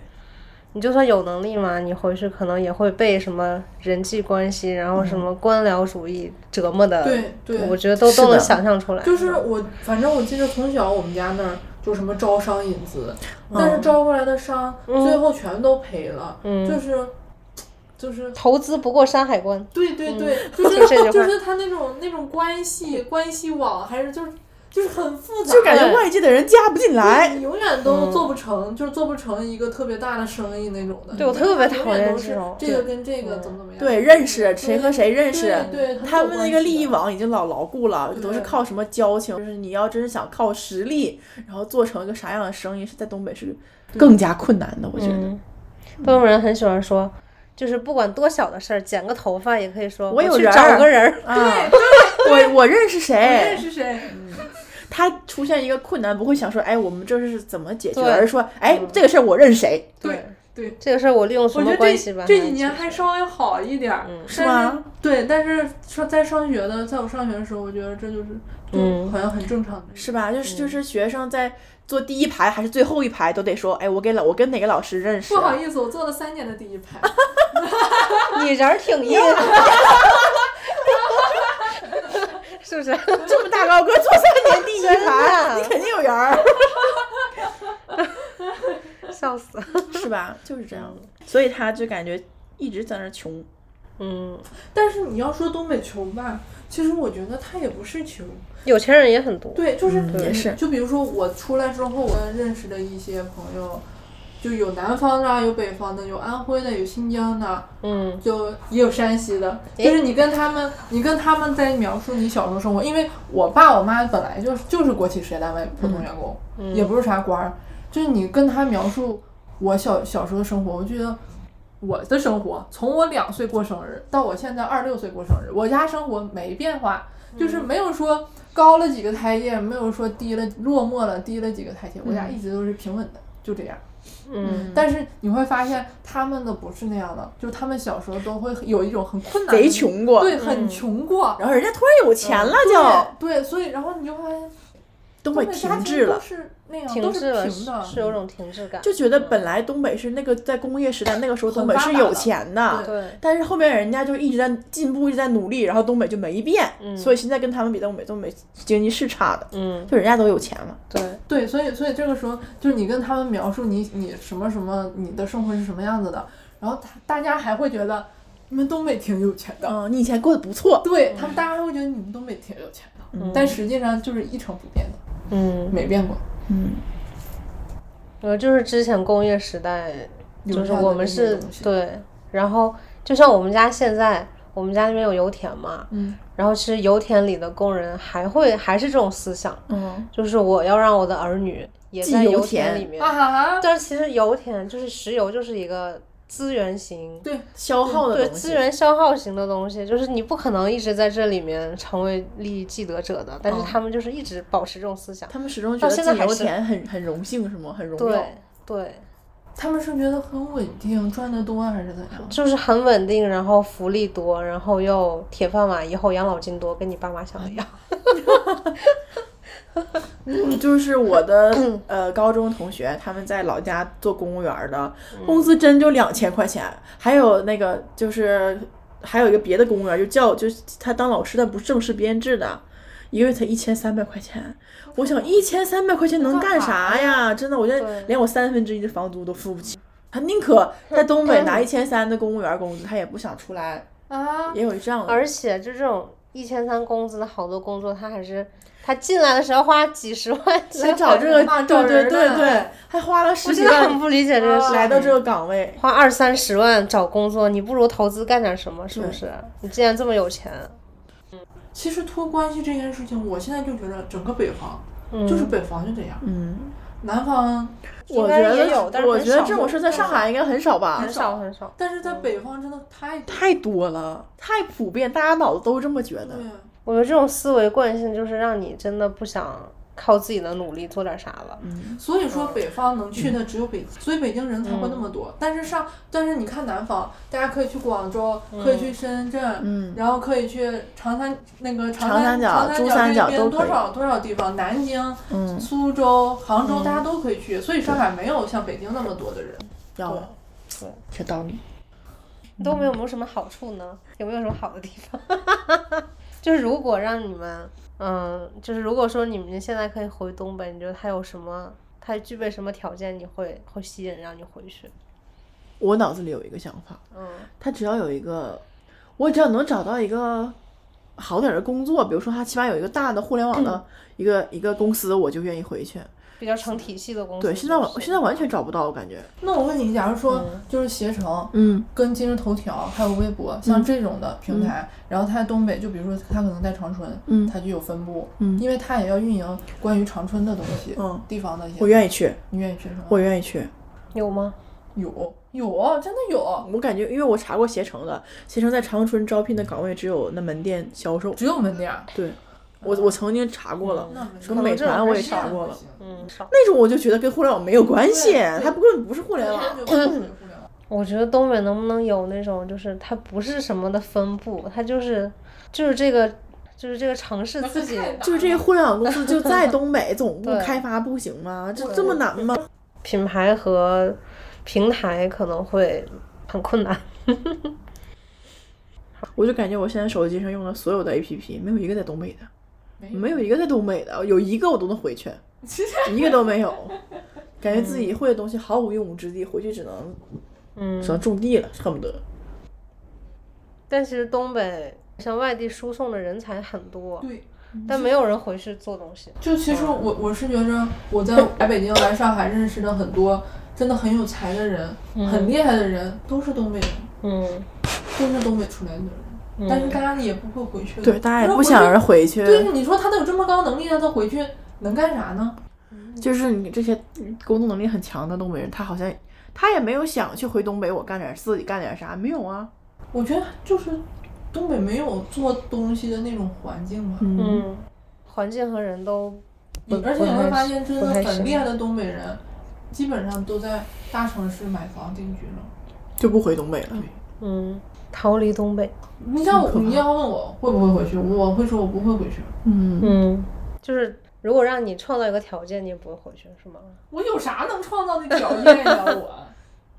[SPEAKER 1] 你就算有能力嘛，你回去可能也会被什么人际关系，然后什么官僚主义折磨的。
[SPEAKER 6] 对对
[SPEAKER 1] 我觉得都
[SPEAKER 4] 嗯是
[SPEAKER 1] 都能
[SPEAKER 4] 的
[SPEAKER 1] 想象出来。
[SPEAKER 2] 就是我，反正我记得从小我们家那儿就什么招商引资，但是招过来的商最后全都赔了，
[SPEAKER 1] 嗯
[SPEAKER 2] 就是就是
[SPEAKER 1] 投资不过山海关，
[SPEAKER 2] 对对对，
[SPEAKER 1] 嗯
[SPEAKER 2] [laughs] 就
[SPEAKER 1] 就这句话
[SPEAKER 2] 是就是他那种那种关系关系网，还是就是就是很复杂，
[SPEAKER 4] 就感觉外界的人加不进来。
[SPEAKER 2] 你哎永远
[SPEAKER 1] 嗯
[SPEAKER 2] 都做不成，就是做不成一个特别大的生意那种的。
[SPEAKER 1] 对我特别
[SPEAKER 2] 永
[SPEAKER 1] 讨
[SPEAKER 2] 远
[SPEAKER 1] 厌
[SPEAKER 2] 都
[SPEAKER 1] 这
[SPEAKER 2] 是
[SPEAKER 1] 种
[SPEAKER 2] 这个跟这个怎么怎么样。
[SPEAKER 4] 对，认识谁和谁认识，
[SPEAKER 2] 对对很
[SPEAKER 4] 他
[SPEAKER 2] 有
[SPEAKER 4] 们
[SPEAKER 2] 关
[SPEAKER 4] 那个
[SPEAKER 2] 系
[SPEAKER 4] 利益
[SPEAKER 2] 的
[SPEAKER 4] 网已经老牢固了，都
[SPEAKER 2] 对
[SPEAKER 4] 是靠什么交情？就是你要真是想靠实力，然后做成一个啥样的生意，是在东北是更加困难的。我觉得
[SPEAKER 1] 嗯，东北人很喜欢说，就是不管多小的事儿，剪个头发也可以说
[SPEAKER 4] 我有
[SPEAKER 1] 去
[SPEAKER 4] 人儿
[SPEAKER 1] 找个人儿。
[SPEAKER 4] 啊，
[SPEAKER 1] [laughs]
[SPEAKER 4] 我我认识
[SPEAKER 2] 认
[SPEAKER 4] 谁，
[SPEAKER 2] 识谁？
[SPEAKER 1] 嗯
[SPEAKER 4] 他出现一个困难，不会想说，哎，我们这是怎么解决，
[SPEAKER 1] 对
[SPEAKER 4] 而是说，哎，这个事儿我认识谁，
[SPEAKER 2] 嗯对对，
[SPEAKER 1] 这个事儿我利用什
[SPEAKER 2] 我觉
[SPEAKER 1] 么
[SPEAKER 2] 得
[SPEAKER 1] 关系吧
[SPEAKER 2] 这？这几年还稍微好一点儿，
[SPEAKER 1] 嗯
[SPEAKER 2] 但
[SPEAKER 4] 是吗？
[SPEAKER 2] 对，但是上在上学的，在我上学的时候，我觉得这就是
[SPEAKER 1] 嗯
[SPEAKER 2] 就好像很正常的。
[SPEAKER 4] 是吧？就是
[SPEAKER 2] 嗯
[SPEAKER 4] 就是学生在坐第一排还是最后一排，都得说，哎，我给老我跟哪个老师认识
[SPEAKER 2] 不好
[SPEAKER 4] 啊，
[SPEAKER 2] 意思，我坐了三年的第一排， [laughs]
[SPEAKER 1] 你人儿挺硬，啊是不是？
[SPEAKER 4] 这么大高个坐三年第一
[SPEAKER 1] 真的
[SPEAKER 4] 排，你肯定有人儿。
[SPEAKER 1] 笑死。
[SPEAKER 4] 是吧？就是这
[SPEAKER 2] 嗯
[SPEAKER 4] 样的，所以他就感觉一直在那儿穷。
[SPEAKER 1] 嗯，
[SPEAKER 2] 但是你要说东北穷吧，其实我觉得他也不是穷，
[SPEAKER 1] 有钱人也很多。
[SPEAKER 2] 对，就是、
[SPEAKER 4] 嗯也是
[SPEAKER 2] 就比如说我出来之后，我认识的一些朋友，就有南方的啊，有北方的，有安徽的，有新疆的，
[SPEAKER 1] 嗯
[SPEAKER 2] 就也有山西的。
[SPEAKER 1] 诶
[SPEAKER 2] 就是你跟他们，你跟他们在描述你小时候生活，因为我爸我妈本来就是就是国企事业单位普通员工，也不是啥官儿，就是你跟他描述我小小时候的生活，我觉得。我的生活从我两岁过生日到我现在二十六岁过生日，我家生活没变化，就是没有说高了几个台阶，没有说低了落寞了低了几个台阶，我家一直都是平稳的，就这样。
[SPEAKER 1] 嗯，
[SPEAKER 2] 但是你会发现他们的不是那样的，就是他们小时候都会有一种很困难的，
[SPEAKER 4] 贼穷过
[SPEAKER 1] 嗯
[SPEAKER 2] 嗯对，很穷过，
[SPEAKER 4] 然后人家突然有钱了就，
[SPEAKER 2] 对，所以然后你就发现
[SPEAKER 4] 东
[SPEAKER 2] 北
[SPEAKER 4] 北
[SPEAKER 2] 家
[SPEAKER 4] 停
[SPEAKER 2] 庭
[SPEAKER 4] 滞
[SPEAKER 2] 都
[SPEAKER 4] 了，
[SPEAKER 2] 是那样，
[SPEAKER 1] 停
[SPEAKER 2] 都
[SPEAKER 1] 滞
[SPEAKER 2] 是
[SPEAKER 1] 了，
[SPEAKER 2] 平
[SPEAKER 1] 是
[SPEAKER 2] 的，
[SPEAKER 1] 是有种停滞感。
[SPEAKER 4] 就觉得本来东北是那个在工业时代那个时候东北是
[SPEAKER 2] 很发达
[SPEAKER 4] 有钱的，
[SPEAKER 1] 对，
[SPEAKER 4] 但是后面人家就一直在进步，一直在努力，然后东北就没变，
[SPEAKER 1] 嗯
[SPEAKER 4] 所以现在跟他们比，东北东北经济是差的，
[SPEAKER 1] 嗯，
[SPEAKER 4] 就人家都有钱了，
[SPEAKER 1] 对，
[SPEAKER 2] 对，所以所以这个时候就是你跟他们描述你你什么什么你的生活是什么样子的，然后他大家还会觉得你们东北挺有钱的，
[SPEAKER 4] 嗯，你以前过得不错，
[SPEAKER 1] 嗯
[SPEAKER 2] 对他们大家还会觉得你们东北挺有钱的，但实际上就是一成不变的，
[SPEAKER 1] 嗯，
[SPEAKER 2] 没变过。
[SPEAKER 4] 嗯，
[SPEAKER 1] 呃，就是之前工业时代，
[SPEAKER 2] 留
[SPEAKER 1] 就是
[SPEAKER 2] 下的
[SPEAKER 1] 我
[SPEAKER 2] 那
[SPEAKER 1] 们
[SPEAKER 2] 些
[SPEAKER 1] 是
[SPEAKER 2] 东西
[SPEAKER 1] 对，然后就像我们家现在，我们家那边有油田嘛，
[SPEAKER 2] 嗯，
[SPEAKER 1] 然后其实油田里的工人还会还是这种思想，
[SPEAKER 4] 嗯，
[SPEAKER 1] 就是我要让我的儿女也
[SPEAKER 4] 进
[SPEAKER 1] 在
[SPEAKER 4] 油
[SPEAKER 1] 油
[SPEAKER 4] 田
[SPEAKER 1] 里面。
[SPEAKER 2] 啊哈哈，
[SPEAKER 1] 但是其实油田就是石油，就是一个资源型
[SPEAKER 2] 对，
[SPEAKER 4] 消耗的
[SPEAKER 1] 对
[SPEAKER 4] 东
[SPEAKER 1] 资
[SPEAKER 4] 西，
[SPEAKER 1] 源消耗型的东西，就是你不可能一直在这里面成为利益既得者的，但是他们就是一直保持这种思想。
[SPEAKER 4] 他们始终觉得
[SPEAKER 1] 到现在
[SPEAKER 4] 进油
[SPEAKER 1] 还是
[SPEAKER 4] 田很很荣幸是吗？很荣耀
[SPEAKER 1] 对，对，
[SPEAKER 2] 他们是觉得很稳定，赚得多还是怎样？
[SPEAKER 1] 就是很稳定，然后福利多，然后又铁饭碗，以后养老金多，跟你爸妈想的一样。
[SPEAKER 4] 就是我的呃高中同学，他们在老家做公务员儿的，工资真就两千块钱。还有那个就是还有一个别的公务员儿，就叫就是他当老师，但不是正式编制的，一个月才一千三百块钱。我想一千三百块钱能干啥呀？真的，我现在连我三分之一的房租都付不起。他宁可在东北拿一千三的公务员工资，他也不想出来。
[SPEAKER 2] 啊，
[SPEAKER 4] 也有这样的，
[SPEAKER 1] 而且就这种一千三工资的好多工作，他还是他进来的时候花几十万
[SPEAKER 4] 还
[SPEAKER 1] 才
[SPEAKER 4] 找这个，
[SPEAKER 2] 啊
[SPEAKER 4] 对
[SPEAKER 2] 找
[SPEAKER 4] 对
[SPEAKER 2] 人
[SPEAKER 4] 对
[SPEAKER 2] 呢
[SPEAKER 4] 对，还花了
[SPEAKER 1] 我
[SPEAKER 4] 十
[SPEAKER 1] 真
[SPEAKER 4] 几
[SPEAKER 1] 的很
[SPEAKER 4] 万
[SPEAKER 1] 不理解这个事情。
[SPEAKER 4] 来到这个岗位。
[SPEAKER 1] 花二三十万找工作，你不如投资干点什么，是不
[SPEAKER 4] 对
[SPEAKER 1] 是？你既然这么有钱，
[SPEAKER 2] 其实托关系这件事情，我现在就觉得整个北方、
[SPEAKER 1] 嗯
[SPEAKER 2] 就是北方就这样，
[SPEAKER 4] 嗯，
[SPEAKER 2] 南方，
[SPEAKER 4] 我
[SPEAKER 1] 应
[SPEAKER 4] 觉
[SPEAKER 1] 该
[SPEAKER 4] 得
[SPEAKER 1] 也有但是
[SPEAKER 4] 我
[SPEAKER 1] 很
[SPEAKER 4] 觉得
[SPEAKER 1] 少
[SPEAKER 4] 这种事在上海应该很少吧
[SPEAKER 1] 很，少很少。
[SPEAKER 2] 但是在北方真的太多
[SPEAKER 4] 太多了，太普遍，大家脑子都这么觉得
[SPEAKER 2] 了。。
[SPEAKER 1] 我觉得这种思维惯性就是让你真的不想靠自己的努力做点啥了。
[SPEAKER 4] 嗯
[SPEAKER 2] 所以说北方能去的只有北京，所以北京人才会那么
[SPEAKER 4] 嗯
[SPEAKER 2] 多。但是上，但是你看南方，大家可以去广州，可以去深圳，
[SPEAKER 4] 嗯
[SPEAKER 2] 然后可以去长三那个三
[SPEAKER 4] 长三角
[SPEAKER 2] 长
[SPEAKER 4] 珠
[SPEAKER 2] 三
[SPEAKER 4] 三角
[SPEAKER 2] 这
[SPEAKER 4] 都
[SPEAKER 2] 边多
[SPEAKER 4] 可以
[SPEAKER 2] 少多少地方，南京、
[SPEAKER 4] 嗯，
[SPEAKER 2] 苏州、杭州，大家都可以去。所以上海没有像北京那么多的人。
[SPEAKER 4] 要了，这道理。
[SPEAKER 1] 东
[SPEAKER 4] 嗯
[SPEAKER 1] 北有没有什么好处呢？有没有什么好的地方？ [laughs] 就是如果让你们，嗯，就是如果说你们现在可以回东北，你觉得它有什么？它具备什么条件，你会会吸引让你回去？
[SPEAKER 4] 我脑子里有一个想法，
[SPEAKER 1] 嗯
[SPEAKER 4] 他只要有一个，我只要能找到一个好点儿的工作，比如说他起码有一个大的互联网
[SPEAKER 1] 嗯
[SPEAKER 4] 的一个、一个公司，我就愿意回去。
[SPEAKER 1] 比较成体系的公司。
[SPEAKER 4] 对，现在完
[SPEAKER 1] 就是
[SPEAKER 4] 现在完全找不到，我感觉。
[SPEAKER 2] 那我问你，假如说就是携程。
[SPEAKER 4] 嗯
[SPEAKER 2] 跟今日头条还有微博，像这种的平台，然后它在东北，就比如说它可能在长春，
[SPEAKER 4] 嗯
[SPEAKER 2] 它就有分布，
[SPEAKER 4] 嗯
[SPEAKER 2] 因为它也要运营关于长春的东西，
[SPEAKER 4] 嗯，
[SPEAKER 2] 地方的一些。
[SPEAKER 4] 我愿意去，
[SPEAKER 2] 你愿意去是吗？
[SPEAKER 4] 我愿意去。
[SPEAKER 1] 有吗？
[SPEAKER 2] 有有，啊真的有，
[SPEAKER 4] 我感觉，因为我查过携程的，携程在长春招聘的岗位只有那门店销售。
[SPEAKER 2] 只有门店儿。
[SPEAKER 4] 对，我我曾经查过了，
[SPEAKER 2] 嗯那没
[SPEAKER 4] 什么美团我也查过了，
[SPEAKER 1] 嗯，少。
[SPEAKER 4] 那种我就觉得跟互联网没有关系，它根本不是互联网。
[SPEAKER 2] 那就不属于互联网。
[SPEAKER 1] 我觉得东北能不能有那种，就是它不是什么的分布，它就是就是这个就是这个城市自己
[SPEAKER 4] [laughs] 就是这些互联网公司就在东北总部
[SPEAKER 1] 对
[SPEAKER 4] 开发不行吗？这这么难吗？
[SPEAKER 1] 品牌和平台可能会很困难。 [laughs]
[SPEAKER 4] 我就感觉我现在手机上用的所有的 APP，没有一个在东北的，
[SPEAKER 2] 没
[SPEAKER 4] 嗯没有一个在东北的，有一个我都
[SPEAKER 2] [laughs]
[SPEAKER 4] 能回去，一个都没有。感觉自己
[SPEAKER 2] 嗯
[SPEAKER 4] 会的东西毫无用武之地，回去只能
[SPEAKER 1] 嗯
[SPEAKER 4] 只，能种地了，恨不得。
[SPEAKER 1] 但其实东北向外地输送的人才很多，
[SPEAKER 2] 对，
[SPEAKER 1] 但没有人回去做东西。
[SPEAKER 2] 就其实我我是觉着我在来北京来上海认识的很多真的很有才的人，很厉害的人，都是东北人，
[SPEAKER 1] 嗯，
[SPEAKER 2] 都是东北出来的人，但是大家也不会回去的。
[SPEAKER 4] 对，大家也
[SPEAKER 2] 嗯那
[SPEAKER 4] 不
[SPEAKER 2] 回去
[SPEAKER 4] 想着。回去，
[SPEAKER 2] 对，你说他都有这么高能力了，他回去能干啥呢？
[SPEAKER 4] 就是你这些工作能力很强的东北人，他好像他也没有想去回东北，我干点自己干点啥，没有啊。
[SPEAKER 2] 我觉得就是东北没有做东西的那种环境吧。
[SPEAKER 1] 嗯，环境和人都
[SPEAKER 2] 你
[SPEAKER 1] 不
[SPEAKER 2] 而且你
[SPEAKER 1] 不太
[SPEAKER 2] 会发现，真的
[SPEAKER 1] 不太行
[SPEAKER 2] 很厉害的东北人，基本上都在大城市买房定居了。
[SPEAKER 4] 就不回东北了。
[SPEAKER 1] 嗯逃离东北。
[SPEAKER 4] 嗯
[SPEAKER 2] 你像我，你要问我会不会回去，我会说我不会回去。
[SPEAKER 4] 嗯，
[SPEAKER 1] 嗯，就是如果让你创造一个条件，你也不会回去，是吗？
[SPEAKER 2] 我有啥能创造的条件
[SPEAKER 4] [laughs]
[SPEAKER 2] 呀？我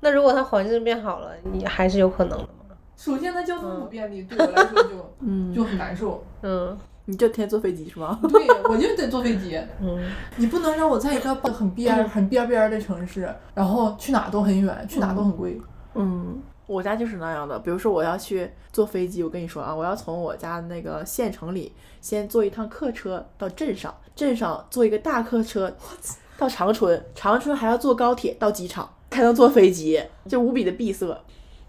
[SPEAKER 1] 那如果它环境变好了，你还是有可能的嘛？
[SPEAKER 2] 首先它交通不便利，对我来说就
[SPEAKER 4] 嗯
[SPEAKER 2] 就很难受。
[SPEAKER 1] 嗯
[SPEAKER 4] 你这天坐飞机是吗？ [laughs]
[SPEAKER 2] 对，我就得坐飞机。
[SPEAKER 1] 嗯，
[SPEAKER 2] 你不能让我在一个很边
[SPEAKER 4] 嗯
[SPEAKER 2] 儿很边边儿的城市，然后去哪都很远，去哪都很贵。
[SPEAKER 4] 嗯，我家就是那样的。比如说我要去坐飞机，我跟你说啊，我要从我家那个县城里先坐一趟客车到镇上，镇上坐一个大客车到长春，长春还要坐高铁到机场，才能坐飞机，就无比的闭塞。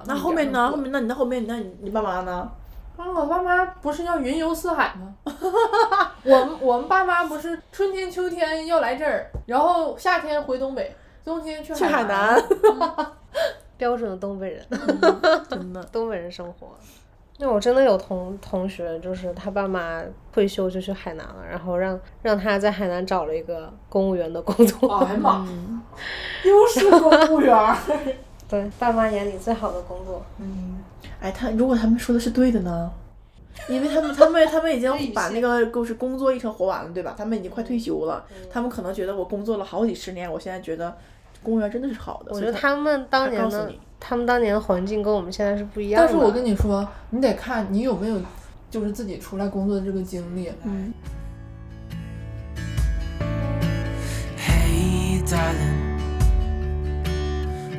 [SPEAKER 4] 那后面呢？后面那你那后面那你你爸妈呢？
[SPEAKER 2] 啊，嗯我爸妈不是要云游四海吗？ [laughs] 我们我们爸妈不是春天、秋天要来这儿，然后夏天回东北，冬天去
[SPEAKER 4] 去海
[SPEAKER 2] 南。
[SPEAKER 4] 南，
[SPEAKER 1] 标准的东北人，
[SPEAKER 4] [laughs] 真的。
[SPEAKER 1] 东北人生活。那我真的有同同学，就是他爸妈退休就去海南了，然后让让他在海南找了一个公务员的工作。
[SPEAKER 2] 哎呀妈，
[SPEAKER 4] 嗯
[SPEAKER 2] 又是公务员儿。
[SPEAKER 4] [laughs]
[SPEAKER 1] 对，爸妈眼里最好的工作。
[SPEAKER 4] 哎，他如果他们说的是对的呢？因为他们他们他们已 [laughs] 经把那个就是工作一程活完了，对吧？他们已经快退休了，他们可能觉得我工作了好几十年，我现在觉得公务员真的是好的。
[SPEAKER 1] 我
[SPEAKER 4] 所
[SPEAKER 1] 觉
[SPEAKER 4] 以
[SPEAKER 1] 得他们当
[SPEAKER 4] 他
[SPEAKER 1] 年
[SPEAKER 4] 告诉
[SPEAKER 1] 的
[SPEAKER 4] 你
[SPEAKER 1] 他们当年的环境跟我们现在是不一样的。
[SPEAKER 2] 但是我
[SPEAKER 4] 嗯
[SPEAKER 2] 跟你说，你得看你有没有，就是自己出来工作的这个经历。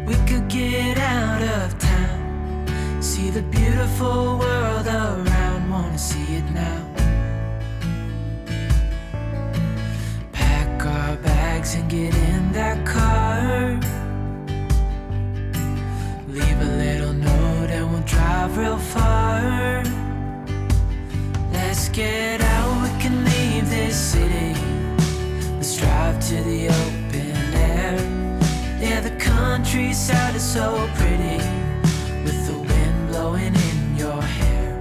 [SPEAKER 7] We could get out of town, see the beautiful world around, wanna see it now. Pack our bags and get in that car. Leave a little note and we'll drive real far. Let's get out, we can leave this city. Let's drive to the open air. Yeah, the countryside is so pretty with the wind blowing in your hair.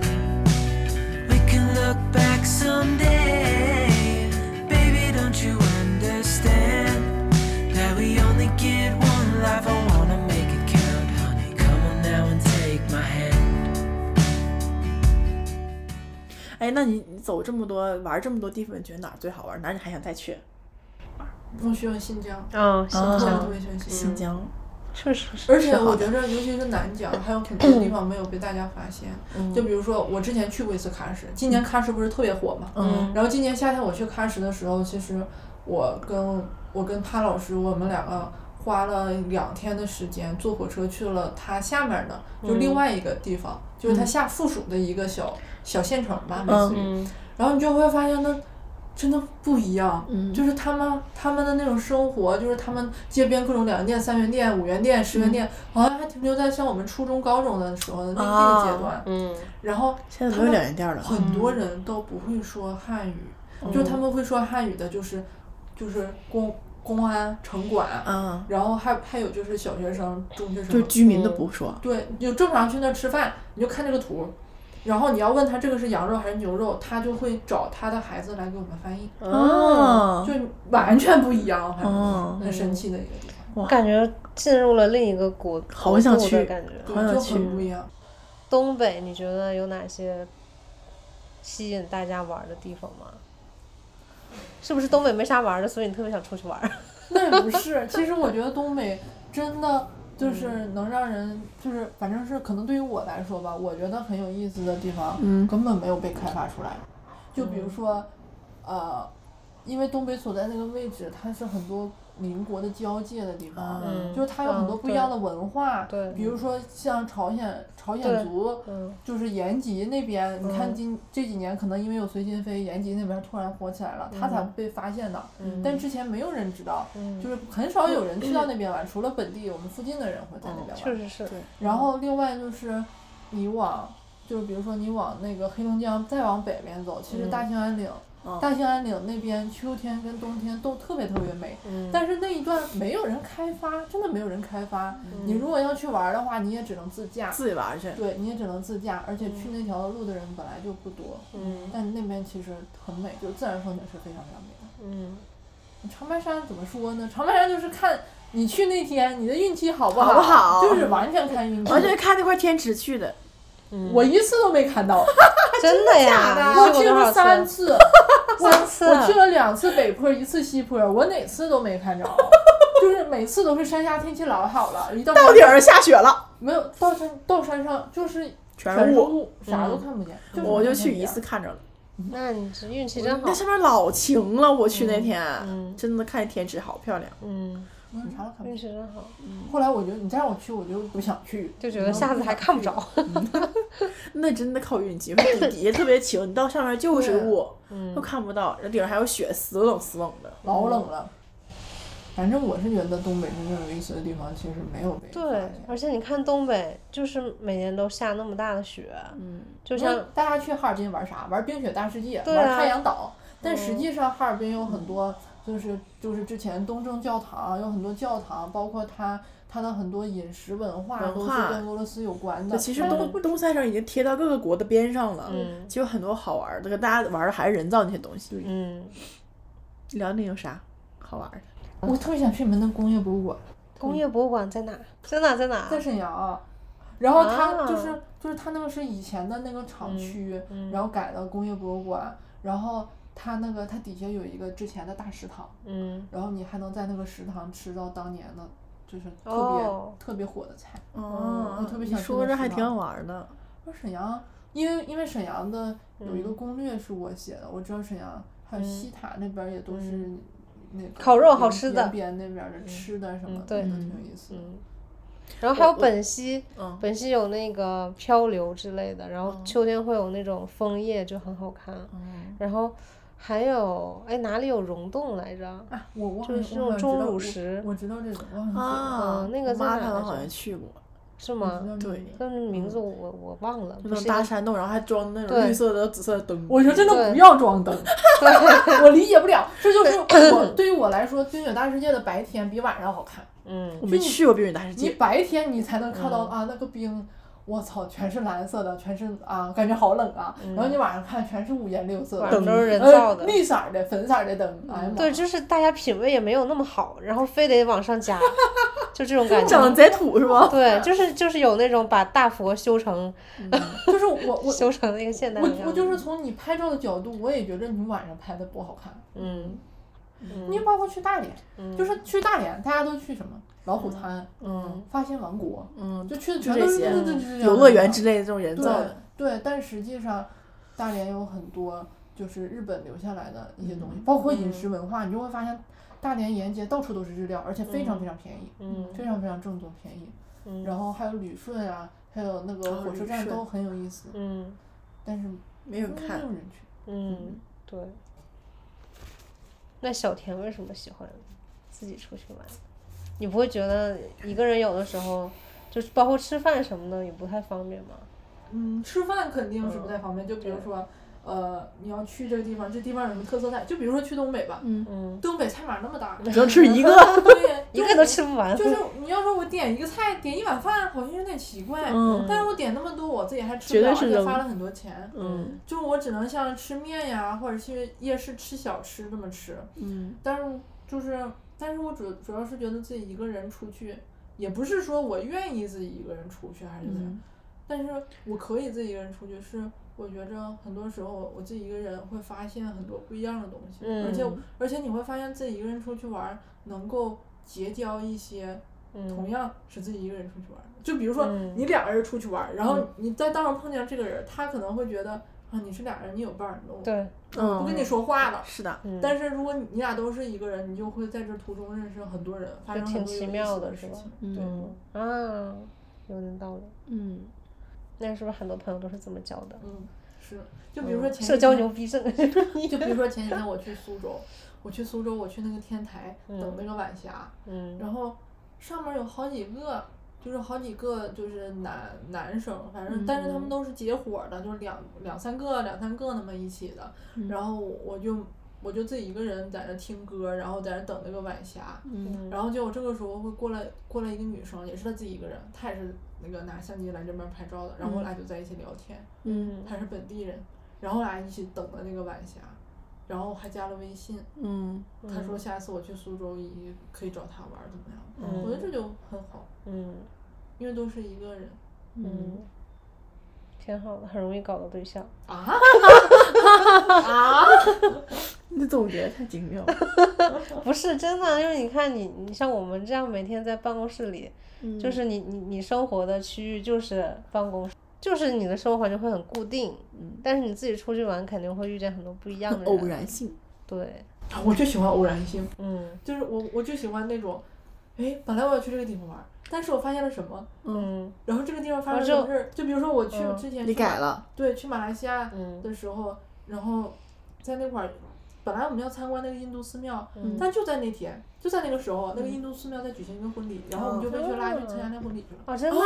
[SPEAKER 7] We can look back someday. Baby, don't you understand that we only get one life? I wanna make it count, honey. Come on now and take my hand.
[SPEAKER 4] 哎，那你你走这么多玩这么多地方，你觉得哪儿最好玩？哪儿你还想再去？
[SPEAKER 2] 我喜欢新疆，
[SPEAKER 1] 嗯，新
[SPEAKER 4] 啊
[SPEAKER 2] 我
[SPEAKER 1] 疆
[SPEAKER 2] 特别喜欢新疆。
[SPEAKER 4] 新疆，
[SPEAKER 1] 确实是。
[SPEAKER 2] 而且
[SPEAKER 4] 是好
[SPEAKER 2] 我
[SPEAKER 4] 的
[SPEAKER 2] 觉着，尤其是南疆，还有
[SPEAKER 4] [clears throat]
[SPEAKER 2] 很多地方没有被大家发现。
[SPEAKER 4] 嗯
[SPEAKER 2] 就比如说，我之前去过一次喀什，今年喀什不是特别火嘛？
[SPEAKER 4] 嗯
[SPEAKER 2] 然后今年夏天我去喀什的时候，其实我跟我跟潘老师，我们两个花了两天的时间，坐火车去了它下面的，就
[SPEAKER 4] 嗯
[SPEAKER 2] 另外一个地方，就是它下附属的一个小小县城吧，类似于。
[SPEAKER 1] 嗯，
[SPEAKER 2] 然后你就会发现那真的不一样，
[SPEAKER 4] 嗯
[SPEAKER 2] 就是他们他们的那种生活，就是他们街边各种两元店、三元店、五元店、十元店，
[SPEAKER 4] 嗯
[SPEAKER 2] 好像还停留在像我们初中、高中的时候的那、那个阶段。
[SPEAKER 1] 嗯，
[SPEAKER 2] 然后
[SPEAKER 4] 啊现在
[SPEAKER 2] 他
[SPEAKER 4] 没
[SPEAKER 2] 们
[SPEAKER 4] 有两元店了。嗯
[SPEAKER 2] 很多人都不会说汉语，就是他们会说汉语的，就是就是公公安、城管，
[SPEAKER 4] 啊，
[SPEAKER 2] 然后还还有就是小学生、中学生，
[SPEAKER 4] 就是居民都不说。
[SPEAKER 2] 对，你就正常去那儿吃饭，你就看这个图，然后你要问他这个是羊肉还是牛肉，他就会找他的孩子来给我们翻译，
[SPEAKER 1] 嗯
[SPEAKER 4] 哦
[SPEAKER 2] 就完全不一样，反
[SPEAKER 4] 哦
[SPEAKER 2] 正很神奇的一个地方，
[SPEAKER 1] 感觉进入了另一个国，
[SPEAKER 4] 好想
[SPEAKER 1] 国度的
[SPEAKER 4] 去
[SPEAKER 1] 感觉。
[SPEAKER 4] 好
[SPEAKER 2] 对，
[SPEAKER 4] 想
[SPEAKER 2] 就
[SPEAKER 4] 去
[SPEAKER 2] 很不一样。
[SPEAKER 1] 东北，你觉得有哪些吸引大家玩的地方吗？是不是东北没啥玩的，所以你特别想出去玩？
[SPEAKER 2] 那也不是，其实我觉得东北真的
[SPEAKER 4] 嗯
[SPEAKER 2] 就是能让人，就是反正是可能对于我来说吧，我觉得很有意思的地方，
[SPEAKER 4] 嗯
[SPEAKER 2] 根本没有被开发出来。就比
[SPEAKER 1] 嗯
[SPEAKER 2] 如说，呃，因为东北所在那个位置，它是很多邻国的交界的地方，
[SPEAKER 1] 嗯
[SPEAKER 2] 就是它有很多
[SPEAKER 1] 嗯
[SPEAKER 2] 不一样的文化，
[SPEAKER 1] 对
[SPEAKER 2] 比如说像朝鲜朝
[SPEAKER 1] 对
[SPEAKER 2] 鲜族。
[SPEAKER 1] [laughs] 嗯
[SPEAKER 2] 就是延吉那边，你看
[SPEAKER 1] 嗯
[SPEAKER 2] 今这几年可能因为有随心飞，延吉那边突然火起来了，它才被发现的。但之前没有人知道，
[SPEAKER 1] 嗯，嗯
[SPEAKER 2] 就是很少有人去到那边玩，除了本地我们附近的人会在那边
[SPEAKER 1] 确
[SPEAKER 2] 玩。
[SPEAKER 1] 实是。
[SPEAKER 2] 然
[SPEAKER 4] 嗯
[SPEAKER 2] 后另外就是，你往就是比如说你往那个黑龙江再往北边走，其实大
[SPEAKER 4] 嗯
[SPEAKER 2] 兴安岭，大兴安岭那边秋天跟冬天都特别特别美，
[SPEAKER 1] 嗯，
[SPEAKER 2] 但是那一段没有人开发，真的没有人开发。你如果要去玩的话，你也只能自驾。
[SPEAKER 4] 嗯自己嗯玩去。
[SPEAKER 2] 对，你也只能自驾，而且去那条路的人本来就不多，
[SPEAKER 1] 嗯
[SPEAKER 2] 但那边其实很美，就自然风景是非常非常美的。
[SPEAKER 1] 嗯，
[SPEAKER 2] 长白山怎么说呢？长白山就是看你去那天你的运气好不好，
[SPEAKER 4] 好不好
[SPEAKER 2] 就是完全看运气。
[SPEAKER 4] 而且看那块天池去的，
[SPEAKER 2] 我一次都没看
[SPEAKER 4] [laughs]
[SPEAKER 2] 到，
[SPEAKER 1] 嗯真的呀，
[SPEAKER 2] 我
[SPEAKER 1] 你去过
[SPEAKER 2] 去
[SPEAKER 1] 多
[SPEAKER 2] 了
[SPEAKER 1] 少
[SPEAKER 2] 三
[SPEAKER 1] 次？
[SPEAKER 2] 次，
[SPEAKER 1] 三次，
[SPEAKER 4] 啊
[SPEAKER 2] 我去了两次北坡，一次西坡，我哪次都没看着，就是每次都是山下天气老好了，一到
[SPEAKER 4] 到底儿下雪了，
[SPEAKER 2] 没有到山到山上就是
[SPEAKER 4] 全
[SPEAKER 2] 全
[SPEAKER 4] 是
[SPEAKER 2] 是
[SPEAKER 4] 雾。嗯
[SPEAKER 2] 雾，啥都看不见。是
[SPEAKER 4] 我就
[SPEAKER 2] 看不
[SPEAKER 4] 去
[SPEAKER 2] 见
[SPEAKER 4] 一次，看着了，
[SPEAKER 1] 那你这运气真好
[SPEAKER 4] 那。上面老晴了。我去那天，
[SPEAKER 1] 嗯
[SPEAKER 4] 真的看天池好漂亮。
[SPEAKER 1] 嗯，
[SPEAKER 2] 我啥都看不
[SPEAKER 1] 运
[SPEAKER 2] 见。
[SPEAKER 1] 气真好，
[SPEAKER 4] 嗯
[SPEAKER 1] 嗯
[SPEAKER 2] 后来我觉得你再让我去，我就不想去，
[SPEAKER 1] 就觉得下次还看不着。
[SPEAKER 4] 那真的靠运气，底底下特别晴，你到上面就是雾，都
[SPEAKER 1] 嗯
[SPEAKER 4] 看不到，然后顶上还有雪，死冷死冷的。
[SPEAKER 2] 老冷了。反正我是觉得东北真正有意思的地方，其实没有被
[SPEAKER 1] [laughs]
[SPEAKER 2] 发
[SPEAKER 1] 对
[SPEAKER 2] 现，
[SPEAKER 1] 而且你看东北，就是每年都下那么大的雪，
[SPEAKER 4] 嗯，
[SPEAKER 1] 就
[SPEAKER 2] 那
[SPEAKER 1] 像
[SPEAKER 2] 大家去哈尔滨玩啥？玩冰雪大世界，
[SPEAKER 1] 对
[SPEAKER 2] 玩
[SPEAKER 1] 啊嗯
[SPEAKER 2] 太阳岛。但实际上，哈尔滨有很多，就是就是之前东正教堂有很多教堂，包括它它的很多饮食文化
[SPEAKER 4] 文
[SPEAKER 2] 都
[SPEAKER 4] 化
[SPEAKER 2] 是跟俄罗斯有关的。
[SPEAKER 4] 那其实
[SPEAKER 2] 但
[SPEAKER 4] 东东三省已经贴到各个国的边上了，
[SPEAKER 1] 嗯
[SPEAKER 4] 其实有很多好玩的，大家玩的还是人造那些东西。
[SPEAKER 1] 嗯，
[SPEAKER 4] 辽宁有啥好玩的？
[SPEAKER 2] 我特别想去你们那工业博物馆，
[SPEAKER 1] 工业博物馆在哪？在哪？在哪？
[SPEAKER 2] 在沈阳。然后
[SPEAKER 1] 啊嗯
[SPEAKER 2] 它就是、就是它那个是以前的那个厂区，然后改的工业博物馆，然后它那个它底下有一个之前的大食堂。
[SPEAKER 1] 嗯，
[SPEAKER 2] 然后你还能在那个食堂吃到当年的，就是特别、
[SPEAKER 1] 哦
[SPEAKER 2] 特别火的菜。
[SPEAKER 4] 哦
[SPEAKER 2] 我特别
[SPEAKER 4] 你
[SPEAKER 2] 想去
[SPEAKER 4] 说
[SPEAKER 2] 那
[SPEAKER 4] 这
[SPEAKER 2] 食
[SPEAKER 4] 还挺好
[SPEAKER 2] 堂
[SPEAKER 4] 玩的。
[SPEAKER 2] 说沈阳，因为因为沈阳的
[SPEAKER 1] 嗯
[SPEAKER 2] 有一个攻略是我写的，我知道沈阳还有西塔那边也都是那个
[SPEAKER 1] 嗯烤肉好
[SPEAKER 2] 沿
[SPEAKER 1] 吃的
[SPEAKER 2] 沿边那边的吃的什么
[SPEAKER 1] 嗯
[SPEAKER 2] 的，
[SPEAKER 1] 对
[SPEAKER 2] 都挺有意思的。
[SPEAKER 1] 嗯，然后还有本溪，
[SPEAKER 4] 嗯
[SPEAKER 1] 本溪有那个漂流之类的，然后秋天会有那种枫叶，就很好看。
[SPEAKER 4] 嗯
[SPEAKER 1] 然后还有哎，哪里有溶洞来着？
[SPEAKER 2] 啊，我忘
[SPEAKER 1] 就
[SPEAKER 2] 了，
[SPEAKER 1] 是
[SPEAKER 2] 我
[SPEAKER 1] 那
[SPEAKER 2] 好像
[SPEAKER 1] 种
[SPEAKER 2] 知道
[SPEAKER 1] 钟乳
[SPEAKER 2] 我
[SPEAKER 1] 石
[SPEAKER 2] 我知道这个，我很喜欢。
[SPEAKER 4] 啊
[SPEAKER 1] 嗯那个
[SPEAKER 4] 我
[SPEAKER 1] 在
[SPEAKER 4] 妈
[SPEAKER 1] 哪
[SPEAKER 4] 他
[SPEAKER 1] 来
[SPEAKER 4] 们好
[SPEAKER 1] 着
[SPEAKER 4] 像去过，
[SPEAKER 1] 是
[SPEAKER 2] 我知
[SPEAKER 1] 吗
[SPEAKER 2] 道？
[SPEAKER 1] [laughs]
[SPEAKER 4] 对
[SPEAKER 2] 这个
[SPEAKER 1] 但是名字我我忘了，
[SPEAKER 4] 就
[SPEAKER 1] 不
[SPEAKER 4] 那种
[SPEAKER 1] 是
[SPEAKER 4] 大
[SPEAKER 1] 一个
[SPEAKER 4] 山洞，然后还装那种
[SPEAKER 1] 对
[SPEAKER 4] 绿色的、紫色的灯。
[SPEAKER 2] 我说真的
[SPEAKER 1] 对
[SPEAKER 2] 不要
[SPEAKER 1] [laughs]
[SPEAKER 2] 装灯，我理解不了。这就是我对于我来说，冰雪大世界的白天比晚上好看。
[SPEAKER 4] [laughs]
[SPEAKER 1] 嗯，
[SPEAKER 4] 我没去过冰雪大世
[SPEAKER 2] 你
[SPEAKER 4] 界，
[SPEAKER 2] 白天你才能看到、啊，那个冰，我操，全是蓝色的，全是啊，感觉好冷啊。然后你晚上看，全是五颜六色的
[SPEAKER 1] 反正嗯都是人
[SPEAKER 2] 呃
[SPEAKER 1] 造的。嗯
[SPEAKER 2] 绿色儿的、粉色儿的灯，哎呀妈
[SPEAKER 1] 对，
[SPEAKER 2] 呀，
[SPEAKER 1] 就是大家品味也没有那么好，然后非得往上加，就这种感觉。
[SPEAKER 4] 长贼土是吗？
[SPEAKER 1] 对，就是就是有那种把大佛修成
[SPEAKER 2] 就是我我
[SPEAKER 1] 修成那个现代的样子。
[SPEAKER 2] 我我就是从你拍照的角度，我也觉得你晚上拍的不好看。
[SPEAKER 1] 嗯嗯
[SPEAKER 2] 你包括去大连，
[SPEAKER 1] 嗯
[SPEAKER 2] 就是去大连，大家都去什么老虎滩、
[SPEAKER 1] 嗯
[SPEAKER 2] 发现王国，
[SPEAKER 4] 嗯，
[SPEAKER 2] 就去的
[SPEAKER 4] 就
[SPEAKER 2] 全
[SPEAKER 4] 这
[SPEAKER 2] 都是
[SPEAKER 4] 些
[SPEAKER 2] 对对对
[SPEAKER 1] 啊
[SPEAKER 2] 对
[SPEAKER 4] 游乐园之类的这种人
[SPEAKER 2] 对
[SPEAKER 4] 造的。
[SPEAKER 2] 对，但实际上，大连有很多就是日本留下来的一些东西，包括饮食文化，你就会发现大连沿街到处都是日料，而且非常非常便宜，
[SPEAKER 1] 嗯
[SPEAKER 2] 非常非常正宗便宜。
[SPEAKER 1] 嗯
[SPEAKER 2] 然后还有旅顺啊，还有那个
[SPEAKER 4] 哦
[SPEAKER 2] 火车
[SPEAKER 4] 旅
[SPEAKER 2] 站
[SPEAKER 4] 顺
[SPEAKER 2] 都很有意思，
[SPEAKER 1] 嗯
[SPEAKER 2] 但是
[SPEAKER 4] 没有
[SPEAKER 2] 没有
[SPEAKER 4] 看，
[SPEAKER 1] 哦
[SPEAKER 2] 人去。
[SPEAKER 1] 嗯，对。那小田为什么喜欢自己出去玩？你不会觉得一个人有的时候，就是包括吃饭什么的也不太方便吗？
[SPEAKER 2] 嗯，吃饭肯定是不太方便。就比如说，呃，你要去这个地方，这地方有什么特色菜？就比如说去东北吧，
[SPEAKER 1] 嗯，
[SPEAKER 2] 东北菜码那么大，
[SPEAKER 4] 只能吃一 [laughs] 个。
[SPEAKER 2] 对，
[SPEAKER 1] 一个都吃不完。
[SPEAKER 2] 就是你要说我点一个菜，点一碗饭，好像有点奇怪。
[SPEAKER 4] 嗯
[SPEAKER 2] 但是我点那么多，我自己还吃
[SPEAKER 4] 绝
[SPEAKER 2] 不了，
[SPEAKER 4] 对
[SPEAKER 2] 而
[SPEAKER 4] 是
[SPEAKER 2] 且
[SPEAKER 4] 扔
[SPEAKER 2] 花了很多钱。
[SPEAKER 4] 嗯
[SPEAKER 2] 就我只能像吃面呀，或者去夜市吃小吃这么吃。
[SPEAKER 4] 嗯，
[SPEAKER 2] 但是就是，但是我主主要是觉得自己一个人出去，也不是说我愿意自己一个人出去还是怎
[SPEAKER 4] 嗯
[SPEAKER 2] 样，但是我可以自己一个人出去，是我觉着很多时候我自己一个人会发现很多不一样的东西，而且
[SPEAKER 1] 嗯
[SPEAKER 2] 而且你会发现自己一个人出去玩儿能够结交一些。同
[SPEAKER 1] 嗯
[SPEAKER 2] 样是自己一个人出去玩儿，就比如说
[SPEAKER 1] 嗯
[SPEAKER 2] 你俩人出去玩儿，然后你在道上碰见这个人，他可能会觉得啊你是俩人，你有伴儿，我嗯
[SPEAKER 1] 对，
[SPEAKER 2] 我不跟你说话了，
[SPEAKER 4] 是的，
[SPEAKER 1] 嗯，
[SPEAKER 2] 但是如果你你俩都是一个人，你就会在这途中认识很多人，发
[SPEAKER 1] 就
[SPEAKER 2] 生
[SPEAKER 1] 挺
[SPEAKER 2] 很多
[SPEAKER 1] 奇
[SPEAKER 2] 有意
[SPEAKER 1] 妙
[SPEAKER 2] 思
[SPEAKER 1] 的
[SPEAKER 2] 的
[SPEAKER 1] 是
[SPEAKER 2] 事
[SPEAKER 1] 吧
[SPEAKER 2] 情。对，
[SPEAKER 4] 嗯
[SPEAKER 1] 啊，有点道理。
[SPEAKER 4] 嗯，
[SPEAKER 1] 那是不是很多朋友都是这么教的？
[SPEAKER 2] 嗯，是。就比如说前
[SPEAKER 1] 嗯社
[SPEAKER 2] 几
[SPEAKER 1] 交
[SPEAKER 2] 天
[SPEAKER 1] 牛逼症。
[SPEAKER 2] 就比如说前几天我去苏州，我去苏州，我去那个天台等那个晚霞，
[SPEAKER 1] 嗯
[SPEAKER 2] 然后上面有好几个，就是好几个就是男男生，反正但是他们都是结伙的，就是两两三个两三个那么一起的，然后我就我就自己一个人在那听歌，然后在那等那个晚霞，
[SPEAKER 1] 嗯
[SPEAKER 2] 然后结果这个时候会过来过来一个女生，也是她自己一个人，她也是那个拿相机来这边拍照的，然后我俩就在一起聊天，
[SPEAKER 1] 嗯
[SPEAKER 2] 她是本地人，然后我俩一起等了那个晚霞，然后还加了微信，
[SPEAKER 4] 嗯，
[SPEAKER 2] 她说下次我去苏州也可以找她玩儿怎么样？
[SPEAKER 1] 嗯
[SPEAKER 2] 我觉得这就很好，
[SPEAKER 1] 嗯
[SPEAKER 2] 因为都是一个人
[SPEAKER 1] 嗯，挺好的，很容易搞到对象。
[SPEAKER 2] 啊，
[SPEAKER 4] 啊你的总结太精妙了。
[SPEAKER 1] 不是真的，就是你看你，你像我们这样每天在办公室里，就是你你你生活的区域就是办公室，就是你的生活就会很固定。嗯，但是你自己出去玩，肯定会遇见很多不一样的人。
[SPEAKER 4] 偶。然性，
[SPEAKER 1] 对，
[SPEAKER 2] 我就喜欢偶然性，
[SPEAKER 1] 嗯
[SPEAKER 2] 就是我我就喜欢那种，哎，本来我要去这个地方玩儿，但是我发现了什么，
[SPEAKER 1] 嗯
[SPEAKER 2] 然后这个地方发
[SPEAKER 1] 我
[SPEAKER 2] 生了什
[SPEAKER 1] 就
[SPEAKER 2] 么事儿，就比如说我去
[SPEAKER 1] 嗯
[SPEAKER 2] 之前
[SPEAKER 4] 你
[SPEAKER 2] 去马
[SPEAKER 4] 改了，
[SPEAKER 2] 对，去马来西亚
[SPEAKER 1] 嗯
[SPEAKER 2] 的时候，然后在那块儿，本来我们要参观那个印度寺庙，
[SPEAKER 1] 嗯
[SPEAKER 2] 但就在那天，就在那个时候，
[SPEAKER 4] 嗯
[SPEAKER 2] 那个印度寺庙在举行一个婚礼，然后我们就被去拉去参加那婚礼去了。
[SPEAKER 1] 哦，真的啊。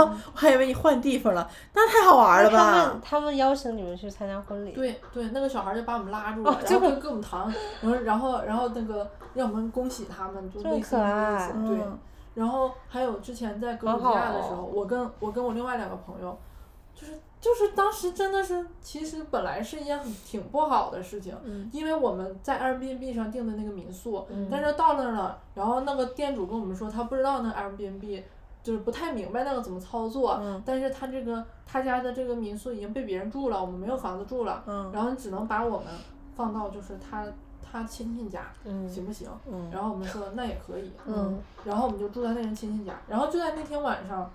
[SPEAKER 4] 哦，我还以为你换地方了，那太好玩
[SPEAKER 1] 那
[SPEAKER 4] 了
[SPEAKER 1] 他们
[SPEAKER 4] 吧？
[SPEAKER 1] 他们邀请你们去参加婚礼，
[SPEAKER 2] 对对，那个小孩儿就把我们拉住了，
[SPEAKER 1] 哦
[SPEAKER 2] 然
[SPEAKER 1] 这
[SPEAKER 2] 后
[SPEAKER 1] 么
[SPEAKER 2] 就给我们糖，然后然后然后那个让我们恭喜他们，就
[SPEAKER 1] 这么
[SPEAKER 2] 类似
[SPEAKER 1] 可
[SPEAKER 2] 于这个意
[SPEAKER 1] 爱嗯
[SPEAKER 2] 思
[SPEAKER 4] 嗯
[SPEAKER 2] 对。然后还有之前在格鲁吉亚的时
[SPEAKER 1] 好哦
[SPEAKER 2] 候，我跟我跟我另外两个朋友，就是就是当时真的是，其实本来是一件很挺不好的事情，
[SPEAKER 4] 嗯
[SPEAKER 2] 因为我们在 Airbnb 上订的那个民宿，
[SPEAKER 1] 嗯
[SPEAKER 2] 但是到那儿了，然后那个店主跟我们说他不知道那 Airbnb。就是不太明白那个怎么操作，
[SPEAKER 4] 嗯
[SPEAKER 2] 但是他这个他家的这个民宿已经被别人住了，我们没有房子住了，
[SPEAKER 4] 嗯
[SPEAKER 2] 然后只能把我们放到就是他他亲戚家，
[SPEAKER 1] 嗯
[SPEAKER 2] 行不行？
[SPEAKER 4] 嗯
[SPEAKER 2] 然后我们说那也可以，
[SPEAKER 1] 嗯
[SPEAKER 2] 然后我们就住在那人亲戚家，然后就在那天晚上，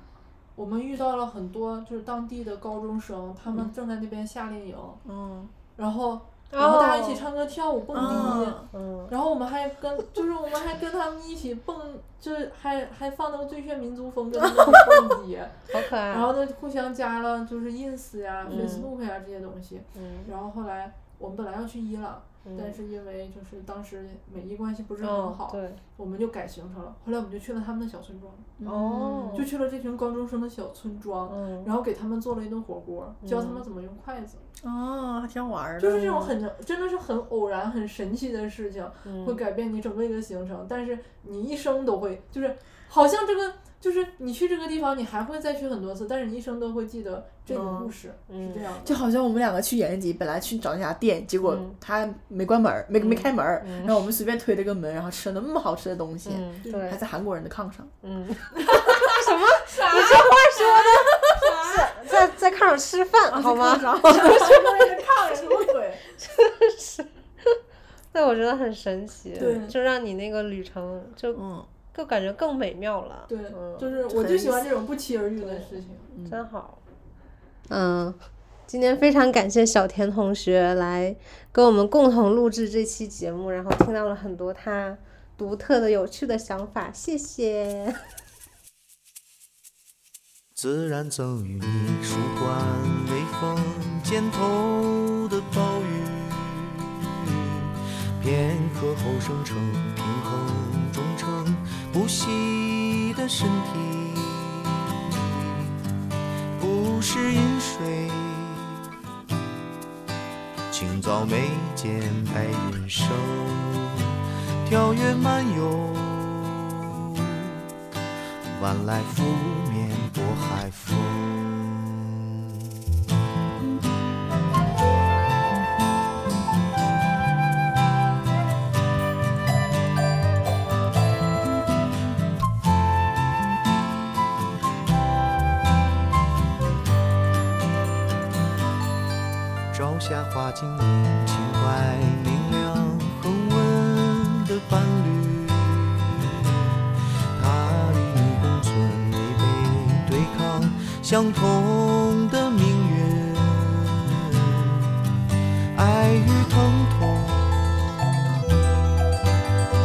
[SPEAKER 2] 我们遇到了很多就是当地的高中生，他们正在那边夏令营，
[SPEAKER 4] 嗯
[SPEAKER 2] 然后然后大家一起唱歌、跳舞、蹦迪。
[SPEAKER 4] 啊
[SPEAKER 1] 嗯，
[SPEAKER 2] 然后我们还跟，就是我们还跟他们一起蹦，就是还还放那个最炫民族风，跟他们一起蹦迪，
[SPEAKER 1] 好可爱。啊
[SPEAKER 2] 然后呢互相加了就是 ins 呀、
[SPEAKER 4] 嗯
[SPEAKER 2] Facebook 呀这些东西。
[SPEAKER 1] 嗯，
[SPEAKER 2] 然后后来我们本来要去伊朗，
[SPEAKER 1] 嗯
[SPEAKER 2] 但是因为就是当时美伊关系不是很
[SPEAKER 1] 哦
[SPEAKER 2] 好，
[SPEAKER 1] 对，
[SPEAKER 2] 我们就改行程了。后来我们就去了他们的小村庄，
[SPEAKER 1] 哦，
[SPEAKER 2] 就去了这群高中生的小村庄，
[SPEAKER 1] 嗯，
[SPEAKER 2] 然后给他们做了一顿火锅，教他们怎么用筷子，
[SPEAKER 4] 哦，还挺好玩儿的。
[SPEAKER 2] 就是这种很真的是很偶然、很神奇的事情。
[SPEAKER 1] 嗯
[SPEAKER 2] 会改变你整个一个行程，但是你一生都会，就是好像这个就是你去这个地方，你还会再去很多次，但是你一生都会记得这
[SPEAKER 1] 嗯
[SPEAKER 2] 个故事、是
[SPEAKER 1] [laughs]
[SPEAKER 2] 这样的。
[SPEAKER 4] 就好像我们两个去延吉，本来去找那家店，结果
[SPEAKER 1] 嗯
[SPEAKER 4] 他没关门儿，没没开门儿，
[SPEAKER 1] 嗯
[SPEAKER 4] 然后我们随便推了个门，然后吃了那么好吃的东西，
[SPEAKER 1] 嗯，对
[SPEAKER 4] 还，在韩国人的炕上。
[SPEAKER 2] [laughs]
[SPEAKER 1] 嗯，什么？你这话说的，在在炕上吃
[SPEAKER 2] 啊
[SPEAKER 1] 饭好吗？
[SPEAKER 2] [laughs] 看什么鬼？
[SPEAKER 1] 对，我觉得很神奇，
[SPEAKER 2] 对
[SPEAKER 1] 就让你那个旅程就
[SPEAKER 4] 嗯，
[SPEAKER 1] 就感觉更美妙了，
[SPEAKER 2] 对，
[SPEAKER 1] 嗯
[SPEAKER 2] 就是我就喜欢这种不期而遇的事情。
[SPEAKER 1] 真好。嗯，今天非常感谢小田同学来跟我们共同录制这期节目，然后听到了很多他独特的、有趣的想法，谢谢。
[SPEAKER 5] 自然赠予你舒缓微风肩头的暴雨，片刻后生成平衡忠诚不息的身体，不是饮水。清早眉间白云生，跳跃漫游。晚来拂面薄海风。朝霞花精灵，情怀明亮，恒温的伴侣。它与你共存，违背对抗相同的命运，爱与疼痛，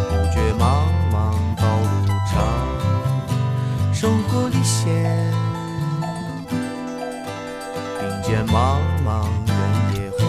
[SPEAKER 5] 不觉茫茫道路长，生活历险，并肩茫茫人野荒。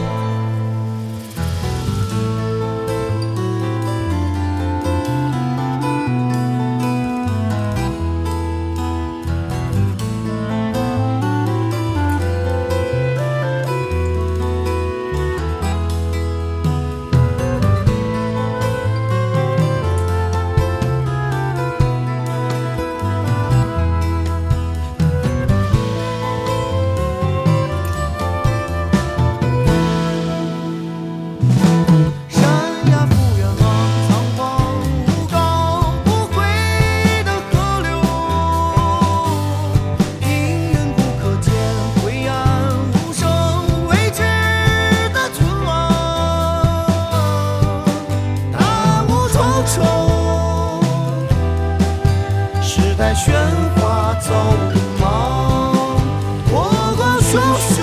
[SPEAKER 5] 山呀不远望，苍茫无高不回的河流。平原不可见，灰暗无声，未知的存亡。大雾重重，时代喧哗走忙，火光熊熊。